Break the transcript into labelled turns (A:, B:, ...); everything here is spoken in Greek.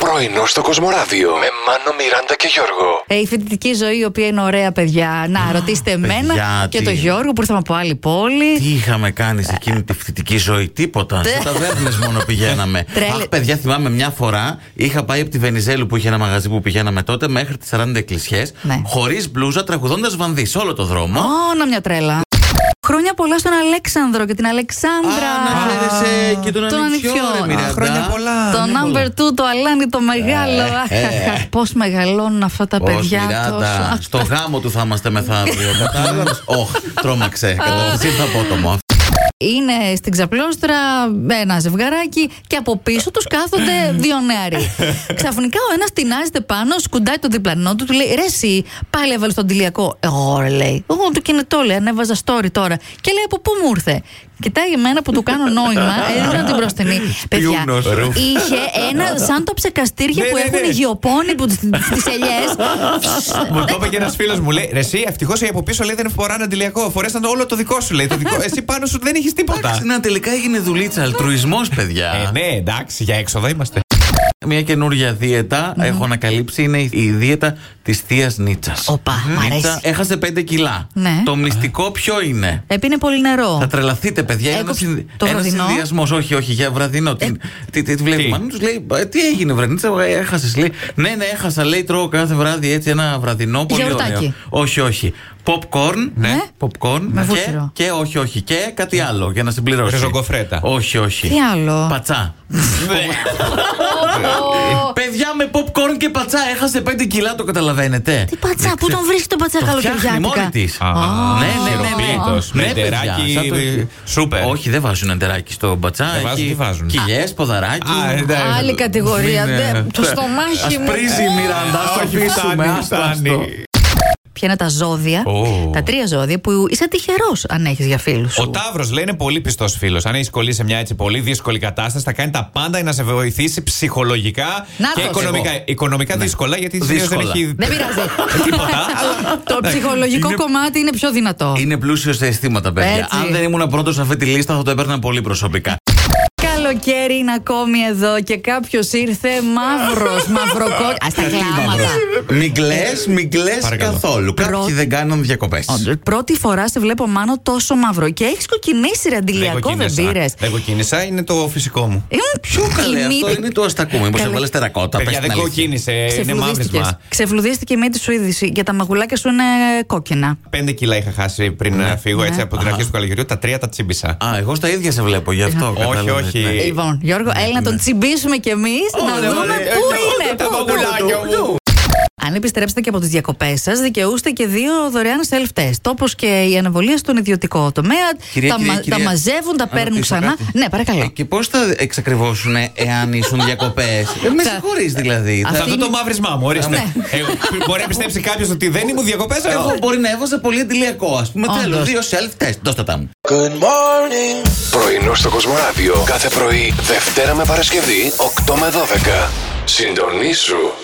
A: Πρωινό στο Κοσμοράδιο με Μάνο, Μιράντα και Γιώργο.
B: Ε, η φοιτητική ζωή, η οποία είναι ωραία, παιδιά. Να, ρωτήστε εμένα
C: παιδιά,
B: και
C: τι-
B: τον Γιώργο που ήρθαμε από άλλη
C: Τι
B: πόλη.
C: είχαμε κάνει σε εκείνη τη φοιτητική ζωή, τίποτα. Σε ταβέρνες μόνο πηγαίναμε.
B: Τρέλε-
C: Αχ, παιδιά, θυμάμαι μια φορά είχα πάει από τη Βενιζέλου που είχε ένα μαγαζί που πηγαίναμε τότε μέχρι τις 40 εκκλησιές,
B: Ναι.
C: χωρίς μπλούζα, τραγουδώντας βανδύ σε όλο το δρόμο.
B: Όνα μια τρέλα. Χρόνια πολλά στον Αλέξανδρο και την Αλεξάνδρα.
C: Α, να ξέρεις, ε, και τον
B: Τον
C: ανιψιό,
B: ανιψιό.
C: ρε, Μιράντα.
B: Α,
D: Χρόνια πολλά.
B: το
D: ναι, πολλά.
B: number 2, το Αλάνι, το μεγάλο. Αχαχα, Πώς μεγαλώνουν αυτά τα
C: Ε, Πώς,
B: παιδιά
C: Μιράντα,
B: τόσο. Αχ,
C: στο γάμο του θα είμαστε μεθαύριο. Κατάλαβες. Όχι, τρόμαξε. Κατάλαβες. Ήρθα απότομο.
B: Είναι στην ξαπλώστρα ένα ζευγαράκι και από πίσω τους κάθονται δύο νεαροί. Ξαφνικά ο ένας τεινάζεται πάνω, σκουντάει τον διπλανό του, του λέει Ρε, εσύ πάλι έβαλες τον τηλιακό. Εγώ ρε, λέει. Εγώ το κινητό λέει, ανέβαζα story τώρα. Και λέει από πού μου ήρθε. Κοιτάει εμένα που του κάνω νόημα, έδειξα την μπροστινή. Παιδιά,
D: Σπιούνος.
B: είχε ένα σαν το ψεκαστήρια
D: Ναι,
B: που
D: ναι,
B: έχουν
D: ναι.
B: οι γεωπόνοι που τις ελιές.
D: Μου το είπε και ένας φίλος μου, λέει: Ρε, εσύ ευτυχώς οι από πίσω λέει δεν φοράνε αντιλιακό. Φορέσαν όλο το δικό σου, λέει. Το δικό, εσύ πάνω σου δεν έχει τίποτα.
C: Εντάξει, ναι. να τελικά έγινε δουλίτσα, αλτρουισμός, παιδιά.
D: Ε, ναι, εντάξει, για έξοδο είμαστε.
C: Μια καινούργια δίαιτα έχω ανακαλύψει είναι η δίαιτα της θεία Νίτσας.
B: Οπα, μ' αρέσει.
C: έχασε 5 κιλά.
B: Ναι.
C: Το μυστικό ποιο είναι.
B: Έπινε πολύ νερό.
C: Θα τρελαθείτε, παιδιά. Ένα,
B: Έκοψε
C: συν...
B: το βραδινό. Ε-
C: συνδυασμός. Όχι, όχι, για βραδινό. Την, τη, τη, τη βλέπει
D: Τι?
C: μάνα του, λέει: «Ε, Τι έγινε, βραδινίτσα, έχασες. Λέει: Ναι, ναι, έχασα. Λέει: Τρώω κάθε βράδυ έτσι ένα βραδινό. Πολύ
B: Γιαουρτάκι.
C: ωραίο. Όχι, όχι. Popcorn.
D: Ναι.
C: Popcorn.
B: Με
C: και,
B: βούτυρο.
C: και, όχι, όχι. Και κάτι άλλο για να συμπληρώσεις.
D: Ριζογκοφρέτα.
C: Όχι, όχι.
B: Τι άλλο?
C: Πατσά. Παιδιά με popcorn και πατσά έχασε 5 κιλά, το καταλαβαίνετε.
B: Τι πατσά, πού τον βρίσκει τον πατσά
C: Το φτιάχνει μόνη
B: καλοκαιριάτικα.
C: τη. Ναι, ναι, ναι, ναι.
D: Χειροποίητος, με
C: Ναι, παιδιά,
D: ντεράκι,
C: σαν το-
D: σούπερ.
C: Όχι, δεν βάζουν εντεράκι στο μπατσά.
D: Δεν βάζουν,
C: έχει
D: τι βάζουν.
C: Κοιλιές, ποδαράκι.
D: Α, ε, εντάξει.
B: Άλλη κατηγορία.
D: Ναι.
B: δε- Το στομάχι μου.
C: Ασπρίζει η Μιραντά,
D: Ας,
C: στο
D: όχι,
C: αφήσουμε.
D: φτάνει,
C: άστα, άστο.
D: φτάνει.
B: Ποια είναι τα ζώδια,
D: Ω.
B: τα τρία ζώδια που είσαι τυχερός αν έχεις για φίλους
D: Ο
B: σου.
D: Ταύρος λέει είναι πολύ πιστός φίλος. Αν έχεις κολλήσει σε μια έτσι πολύ δύσκολη κατάσταση, θα κάνει τα πάντα για να σε βοηθήσει ψυχολογικά
B: Να
D: και
B: το.
D: οικονομικά. Οικονομικά δύσκολα, γιατί συνήθω δεν
C: Ναι. Δύσκολα.
D: έχει.
B: Δεν πειράζει.
D: Τίποτα. αλλά-
B: Το ψυχολογικό κομμάτι είναι πιο δυνατό.
C: Είναι πλούσιος σε αισθήματα, παιδιά.
B: Έτσι.
C: Αν δεν ήμουν πρώτος σε αυτή τη λίστα, θα το έπαιρνα πολύ προσωπικά.
B: Καλοκαίρι είναι ακόμη εδώ και κάποιος ήρθε μαύρος, μαυροκό. Ας τα κλάματα.
C: Μην κλαις, μην κλαις
D: Παρακαλώ.
C: καθόλου.
B: Πρώτη-
C: Κάποιοι δεν κάνουν διακοπές.
B: Πρώτη φορά σε βλέπω μάνο τόσο μαύρο και έχεις κοκκινήσει ρε αντιλιακό, δεν
D: κοκκίνησα.
B: πήρε.
D: Δεν Ε, κοκκίνησα, είναι το φυσικό μου.
B: Πιο
C: Καλέ, αυτό είναι το αστακούμι. Μήπω
B: Καλέ.
C: έβαλες τερακότα. πες την
D: Παιδιά δεν
C: αλήθεια.
D: κοκκίνησε, Ε, είναι
B: Ξεφλουδίστηκε.
D: μαύρισμα.
B: Ξεφλουδίστηκε η μύτη σου είδηση. Για τα μαγουλάκια σου είναι κόκκινα.
D: Πέντε κιλά είχα χάσει πριν
C: Ναι.
D: να φύγω έτσι από την αρχή του καλοκαιριού, τα τρία τα τσίμπησα.
C: Α, εγώ στα ίδια σε βλέπω, γι' αυτό. κατάλαβες,
D: όχι.
C: ναι.
D: Ε,
B: Λοιπόν, Γιώργο, έλα να τον τσιμπήσουμε κι εμείς να
C: Ωραία,
B: δούμε
C: ωραία.
B: πού
C: Ε,
B: είναι.
D: τα
B: πού, πού,
D: παπουλάκια
B: πού.
D: μου.
B: Αν επιστρέψετε και από τις διακοπές σας, δικαιούστε και δύο δωρεάν self-test. Όπως και οι αναβολίε στον ιδιωτικό τομέα.
C: Κυρία,
B: τα,
C: κυρία,
B: μα-
C: κυρία,
B: τα μαζεύουν, τα
C: να
B: παίρνουν
C: ρωτήσω
B: ξανά.
C: κάτι.
B: Ναι,
C: Ε,
B: παρακαλώ.
C: Και πώς θα εξακριβώσουν εάν ήσουν διακοπές. Με
B: Θα-
C: συγχωρείς δηλαδή.
B: Αυτή
D: Θα
C: Θα-
D: δω
B: είναι-
D: το μαύρισμά μου, ορίστε.
B: Ναι.
D: Εγώ- Μπορεί να πιστέψει κάποιος ότι δεν ήμουν διακοπές,
C: Εγώ μπορεί να έβαζα πολύ αντιλιακό. Ας πούμε, θέλω
B: Όντως.
C: δύο self-test. Δώστε τα μου.
A: Πρωινό στο Κοσμοράδιο κάθε πρωί, Δευτέρα με Παρασκευή, 8 με 12. Συντονίσου.